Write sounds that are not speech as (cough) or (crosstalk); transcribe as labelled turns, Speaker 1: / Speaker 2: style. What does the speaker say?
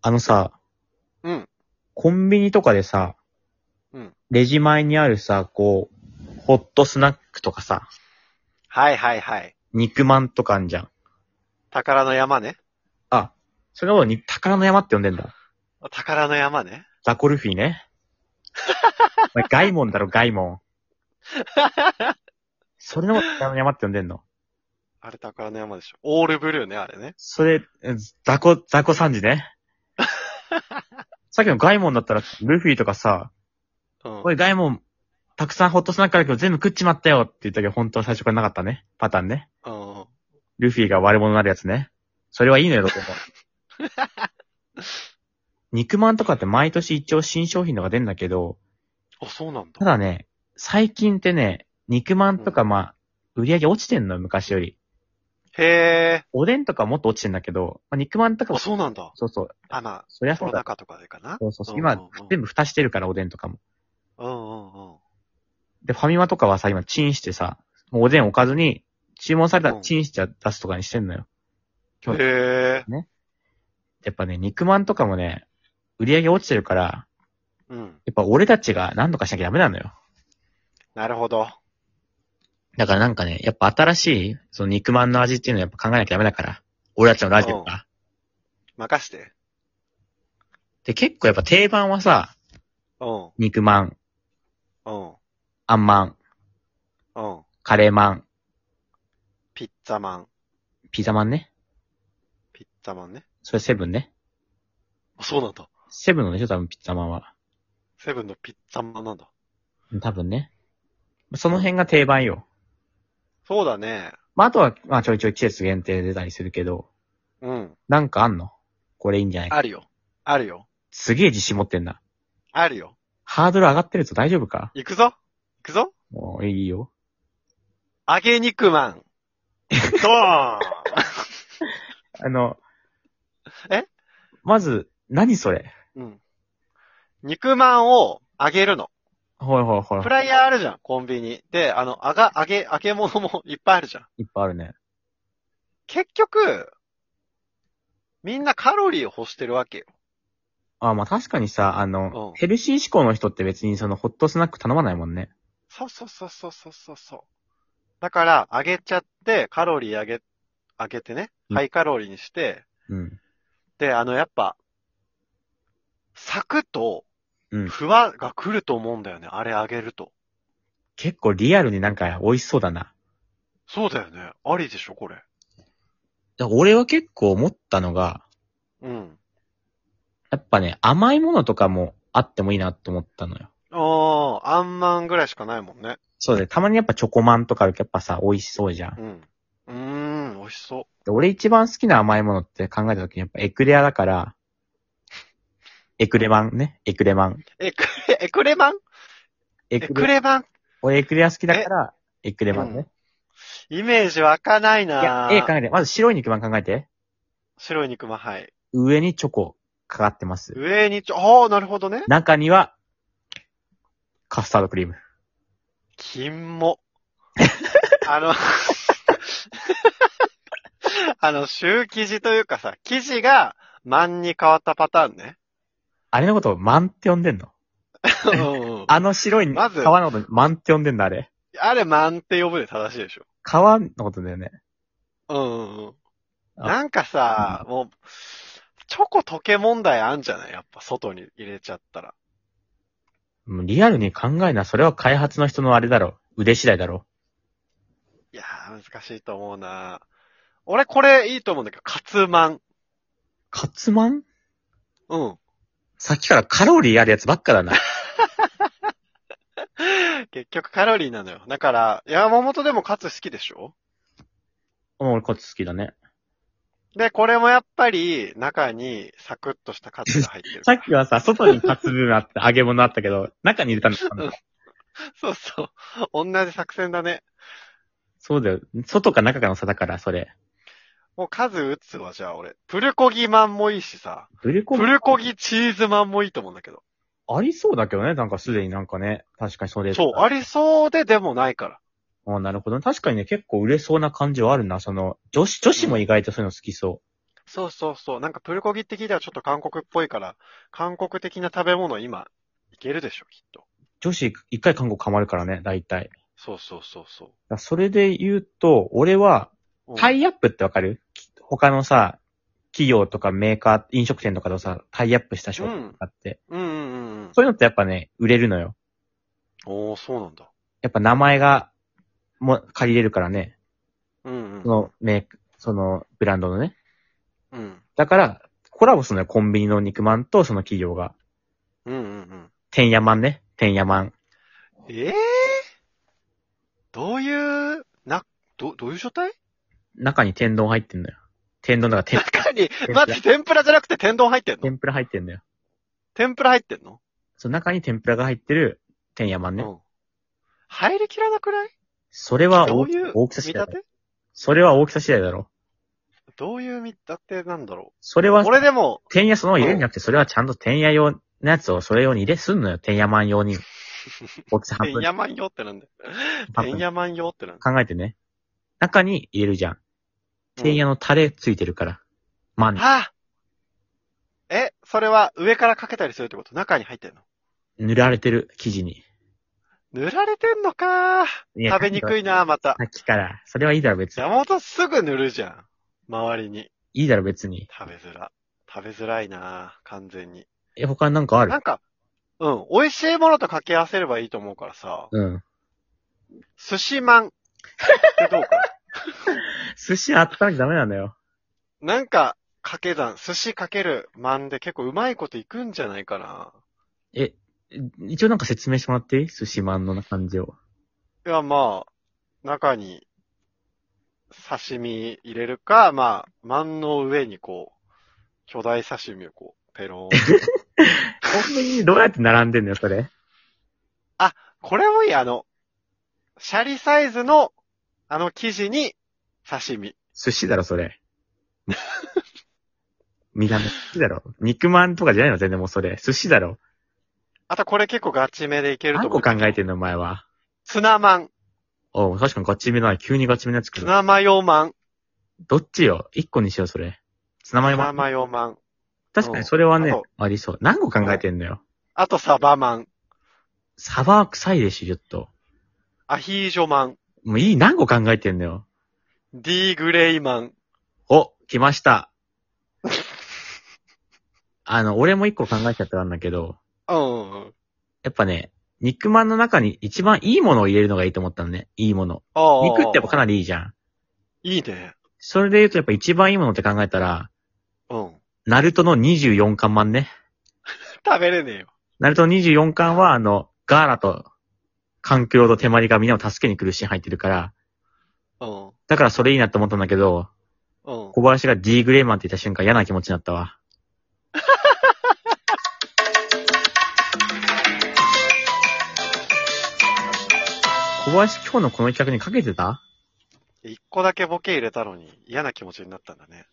Speaker 1: あのさ、
Speaker 2: うん。
Speaker 1: コンビニとかでさ、
Speaker 2: うん
Speaker 1: レジ前にあるさ、こう、ホットスナックとかさ、
Speaker 2: はいはいはい。
Speaker 1: 肉まんとかあんじゃん。
Speaker 2: 宝の山ね。
Speaker 1: あ、それのことに宝の山って呼んでんだ。
Speaker 2: 宝の山ね。
Speaker 1: ザコルフィね。
Speaker 2: (laughs)
Speaker 1: お前ガイモンだろ、ガイモン。それのこと宝の山って呼んでんの。
Speaker 2: あれ宝の山でしょ。オールブルーね、あれね。
Speaker 1: それ、うんザコ、ザコ三時ね。
Speaker 2: (laughs)
Speaker 1: さっきのガイモンだったら、ルフィとかさ、
Speaker 2: うん
Speaker 1: お。い、ガイモン、たくさんホットスナックあるけど全部食っちまったよって言ったけど、本当は最初からなかったね。パターンね。
Speaker 2: うん。
Speaker 1: ルフィが悪者になるやつね。それはいいのよ、どこも。
Speaker 2: (laughs)
Speaker 1: 肉まんとかって毎年一応新商品とか出んだけど、
Speaker 2: あ、そうなん
Speaker 1: た
Speaker 2: だ。
Speaker 1: だね、最近ってね、肉まんとかまあ、売り上げ落ちてんのよ、昔より。
Speaker 2: へえ。
Speaker 1: おでんとかもっと落ちてんだけど、まあ、肉まんとか
Speaker 2: あ、
Speaker 1: も、
Speaker 2: そうなんだ。
Speaker 1: そうそう、
Speaker 2: あ、まあ、
Speaker 1: そりゃ
Speaker 2: コ
Speaker 1: そう
Speaker 2: ロ
Speaker 1: だ
Speaker 2: ナ。禍とかでかな。
Speaker 1: そうそうそう。
Speaker 2: うん
Speaker 1: 今、
Speaker 2: うんうん
Speaker 1: 全部蓋してるから、おでんとかも。
Speaker 2: うんうんうん。
Speaker 1: で、ファミマとかはさ、今チンしてさ、もうおでん置かずに、注文された
Speaker 2: う
Speaker 1: ら
Speaker 2: ん
Speaker 1: チンして出すとかにしてんのよ。今日、
Speaker 2: へえ。
Speaker 1: やっぱね、肉まんとかもね、売り上げ落ちてるから、
Speaker 2: うん。
Speaker 1: やっぱ俺たちが何とかしなきゃダメなのよ。
Speaker 2: なるほど。
Speaker 1: だからなんかね、やっぱ新しい、その肉まんの味っていうのをやっぱ考えなきゃダメだから。俺たちのラジオが。
Speaker 2: 任して。
Speaker 1: で、結構やっぱ定番はさ、
Speaker 2: うん。
Speaker 1: 肉まん、
Speaker 2: うん。
Speaker 1: あんまん、
Speaker 2: うん。
Speaker 1: カレーまん、
Speaker 2: ピッツァマン。
Speaker 1: ピザまんね。
Speaker 2: ピッツァマンね。
Speaker 1: それセブンね。
Speaker 2: あ、そうなんだ。
Speaker 1: セブンのでしょ、多分ピッツァマンは。
Speaker 2: セブンのピッツァマンなんだ。
Speaker 1: 多分ね。その辺が定番よ。
Speaker 2: そうだね。
Speaker 1: まあ、あとは、まあちょいちょい季節限定で出たりするけど、
Speaker 2: うん。
Speaker 1: なんかあんのこれいいんじゃない
Speaker 2: あるよ。あるよ。
Speaker 1: すげえ自信持ってんな。
Speaker 2: あるよ。
Speaker 1: ハードル上がってると大丈夫か
Speaker 2: 行くぞ行くぞ
Speaker 1: もういいよ。
Speaker 2: 揚げ肉マン。ドーン
Speaker 1: あの、
Speaker 2: え
Speaker 1: まず、何それ
Speaker 2: うん。肉まんを揚げるの。
Speaker 1: ほいほいほい
Speaker 2: フ。ライヤーあるじゃん、コンビニ。で、あの、あが、揚げ、揚げ物もいっぱいあるじゃん。
Speaker 1: いっぱいあるね。
Speaker 2: 結局、みんなカロリーを欲してるわけよ。
Speaker 1: あ、まあ確かにさ、あの、
Speaker 2: うん
Speaker 1: ヘルシー志向の人って別にそのホットスナック頼まないもんね。
Speaker 2: そうそうそうそうそうそうそう。だから、揚げちゃって、カロリー上げ、上げてね、
Speaker 1: うん
Speaker 2: ハイカロリーにして、
Speaker 1: うん。
Speaker 2: で、あの、やっぱ、サクッと、
Speaker 1: うん。
Speaker 2: 不安が来ると思うんだよね、あれ揚げると。
Speaker 1: 結構リアルになんか美味しそうだな。
Speaker 2: そうだよね。ありでしょ、これ。
Speaker 1: だから俺は結構思ったのが、
Speaker 2: うん。
Speaker 1: やっぱね、甘いものとかもあってもいいなって思ったのよ。
Speaker 2: ああ、あんまんぐらいしかないもんね。
Speaker 1: そうで、たまにやっぱチョコマンとかあるけどやっぱさ、美味しそうじゃん。
Speaker 2: うん。うーん、美味しそ
Speaker 1: で俺一番好きな甘いものって考えた時にやっぱエクレアだから、エクレマンね、エクレマン。
Speaker 2: う。え、クレ、え、クレマン
Speaker 1: エ
Speaker 2: え、
Speaker 1: ク
Speaker 2: ク
Speaker 1: レ、
Speaker 2: レマン
Speaker 1: 俺エクレア好きだから、エクレマンね。
Speaker 2: イメージ湧かない
Speaker 1: いや
Speaker 2: な、ぁ
Speaker 1: ええ考えて、まず白い肉まん考えて。
Speaker 2: 白い肉まん、はい。
Speaker 1: 上にチョコかかってます。
Speaker 2: 上にちょ、ああ、なるほどね。
Speaker 1: 中には、カスタードクリーム。
Speaker 2: 金
Speaker 1: (laughs)
Speaker 2: も。あの、 (laughs) あの、シュー生地というかさ、生地が、マンに変わったパター
Speaker 1: (laughs)
Speaker 2: ンね。
Speaker 1: あれのことをマンって呼んでんの
Speaker 2: うんうん
Speaker 1: あの白い皮
Speaker 2: まず
Speaker 1: のことマンって呼んでんのあれ。
Speaker 2: あれ、マンって呼ぶで正しいでしょ。
Speaker 1: 皮のことだよね。
Speaker 2: うんうんうん。
Speaker 1: あ
Speaker 2: なんかさ、もう、チョコ溶け問題あんじゃないやっぱ外に入れちゃったら。
Speaker 1: もうリアルに考えな、それは開発の人のあれだろ。腕次第だろ。
Speaker 2: いやー、難しいと思うな俺これいいと思うんだけど、カツマン。
Speaker 1: カツマン
Speaker 2: うん。
Speaker 1: さっきからカロリーあるやつばっかだな。
Speaker 2: 結局カロリーなのよ。だから、山本でもカツ好きでしょ
Speaker 1: うん俺カツ好きだね。
Speaker 2: で、これもやっぱり中にサクッとしたカツが入ってる。
Speaker 1: さっきはさ、外にカツ分あった、揚げ物あったけど、中に入れたんだったんだ。
Speaker 2: そうそう。同じ作戦だね。
Speaker 1: そうだよ。外か中かの差だから、それ。
Speaker 2: もう数打つわ、じゃあ俺。プルコギマンもいいしさ。
Speaker 1: ブルコ
Speaker 2: プルコギチーズマンもいいと思うんだけど。
Speaker 1: ありそうだけどね、なんかすでになんかね。確かにそれ。
Speaker 2: そう、ありそうででもないから。
Speaker 1: ああ、なるほど。確かにね、結構売れそうな感じはあるな。その、女子、女子も意外とそういうの好きそ
Speaker 2: そうそうそう。なんかプルコギって聞いたらちょっと韓国っぽいから、韓国的な食べ物今、いけるでしょ、きっと。
Speaker 1: 女子一回韓国ハマるからね、大体。だか
Speaker 2: そうそうそうそ
Speaker 1: らそれで言うと、俺は、
Speaker 2: う。うん
Speaker 1: タイアップってわかるき他のさ、企業とかメーカー、飲食店とかとさ、タイアップした商品とかあって、
Speaker 2: うんうんうんうん。
Speaker 1: そういうのってやっぱね、売れるのよ。
Speaker 2: おー、そうなんだ。
Speaker 1: やっぱ名前が、も、借りれるからね。
Speaker 2: う
Speaker 1: そ
Speaker 2: んうん。
Speaker 1: のメーク、そのブランドのね。
Speaker 2: うん。
Speaker 1: だから、コラボするのよ、コンビニの肉まんとその企業が。
Speaker 2: うんうんうん。
Speaker 1: てんやまんね。てんやまん。
Speaker 2: ええー、どういう、な、ど、どういう状態
Speaker 1: 中に天丼入ってんのよ。天丼だから天、
Speaker 2: 中に
Speaker 1: ぷ、ら
Speaker 2: (laughs) 待って、天ぷらじゃなくて天丼入ってんの
Speaker 1: 天ぷら入ってんのよ。
Speaker 2: 天ぷら入ってんの
Speaker 1: その中に天ぷらが入ってる、てんやまんね。
Speaker 2: うん。入りきらなくない
Speaker 1: それは
Speaker 2: ど
Speaker 1: 大
Speaker 2: ういう
Speaker 1: 大きさ
Speaker 2: 見
Speaker 1: 次
Speaker 2: 立
Speaker 1: 第だ
Speaker 2: て
Speaker 1: ろ。それは大きさ次第だろ。
Speaker 2: どういう見立てなんだろ
Speaker 1: それ
Speaker 2: う
Speaker 1: は、
Speaker 2: 俺でも、
Speaker 1: てんやそのまま入れるんじゃなくて、それはちゃんとてんや用のやつをそれ用に入れすんのよ。てんやまん用に。
Speaker 2: (laughs)
Speaker 1: 大きさ
Speaker 2: て
Speaker 1: 半
Speaker 2: ん
Speaker 1: 分。
Speaker 2: やまんよってなんだよ。
Speaker 1: 半
Speaker 2: てん
Speaker 1: 分
Speaker 2: やまんよってなんだ
Speaker 1: 考えてね。中に入れるじゃん。
Speaker 2: よ。
Speaker 1: てんやのタレついてるから。まん
Speaker 2: うん。はあえ、それは上からかけたりするってこと中に入ってんの
Speaker 1: 塗られてる、生地に。
Speaker 2: 塗られてんのか食べにくいな、また
Speaker 1: さ。っきから。それはいいだろ、別に。
Speaker 2: 山本すぐ塗るじゃん。周りに。
Speaker 1: いいだろ、別に。
Speaker 2: 食べづら。食べづらいな、完全に。
Speaker 1: え、他になんかある
Speaker 2: なんか、うん、美味しいものと掛け合わせればいいと思うからさ、
Speaker 1: うん。
Speaker 2: 寿司まんってどうかな。
Speaker 1: 寿司あったらダメなんだよ。
Speaker 2: なんか、掛け算、寿司かけるまんで結構うまいこといくんじゃないかな。
Speaker 1: え、一応なんか説明してもらっていい寿司マンの感じを。
Speaker 2: いや、まあ、中に、刺身入れるか、まあ、まんの上にこう、巨大刺身をこう、ペ
Speaker 1: (laughs)
Speaker 2: ローン。
Speaker 1: コンビニにどうやって並んでんのよ、それ。
Speaker 2: これもいい、あの、シャリサイズの、あの生地に、刺身。
Speaker 1: 寿司だろ、そ (laughs) れ。見た目寿司だろ。肉まんとかじゃないの、全然もうそれ。寿司だろ。
Speaker 2: あとこれ結構ガチめでいけると
Speaker 1: 何
Speaker 2: 思う
Speaker 1: 個。考えて
Speaker 2: る
Speaker 1: んの、お前は。
Speaker 2: ツナマン、
Speaker 1: おう確かにガチめだな。急にガチめなやつ来
Speaker 2: ツ
Speaker 1: る。
Speaker 2: ナマヨマン、
Speaker 1: どっちよ一個にしよう、それ。ツナマ
Speaker 2: ツ
Speaker 1: ヨマ
Speaker 2: ナ
Speaker 1: ン
Speaker 2: マヨマン。
Speaker 1: 確かにそれはね
Speaker 2: あと、
Speaker 1: ありそう。何個考えてんのよ。
Speaker 2: あとサバマン、
Speaker 1: サバは臭いでしょ、ちょっと。
Speaker 2: アヒージョマン、
Speaker 1: もういい、何個考えてんのよ。
Speaker 2: ディーグレイマン。
Speaker 1: お、来ました。あの、俺も一個考えちゃったんだけど、
Speaker 2: うんうんうん。
Speaker 1: やっぱね、肉まんの中に一番いいものを入れるのがいいと思ったのね。いいもの。
Speaker 2: ああ。
Speaker 1: 肉ってやっぱか
Speaker 2: な
Speaker 1: なりいいじゃん。
Speaker 2: り。いいね。
Speaker 1: それで言うとやっぱ一番いいものって考えたら、
Speaker 2: うん。
Speaker 1: ナルトの24巻まんね。
Speaker 2: 食べれねえよ。
Speaker 1: ナルトの24巻はあの、ガーラと、環境と手まりがみんなを助けに来るシーン入ってるから、だからそれいいなって思ったんだけど、
Speaker 2: うん。うん。
Speaker 1: 小林が D グレーマンって言った瞬間嫌な気持ちになった
Speaker 2: (laughs)
Speaker 1: わ。小林今日のこの企画にかけてた
Speaker 2: 一個だけボケ入れたのに嫌な気持ちになったんだね。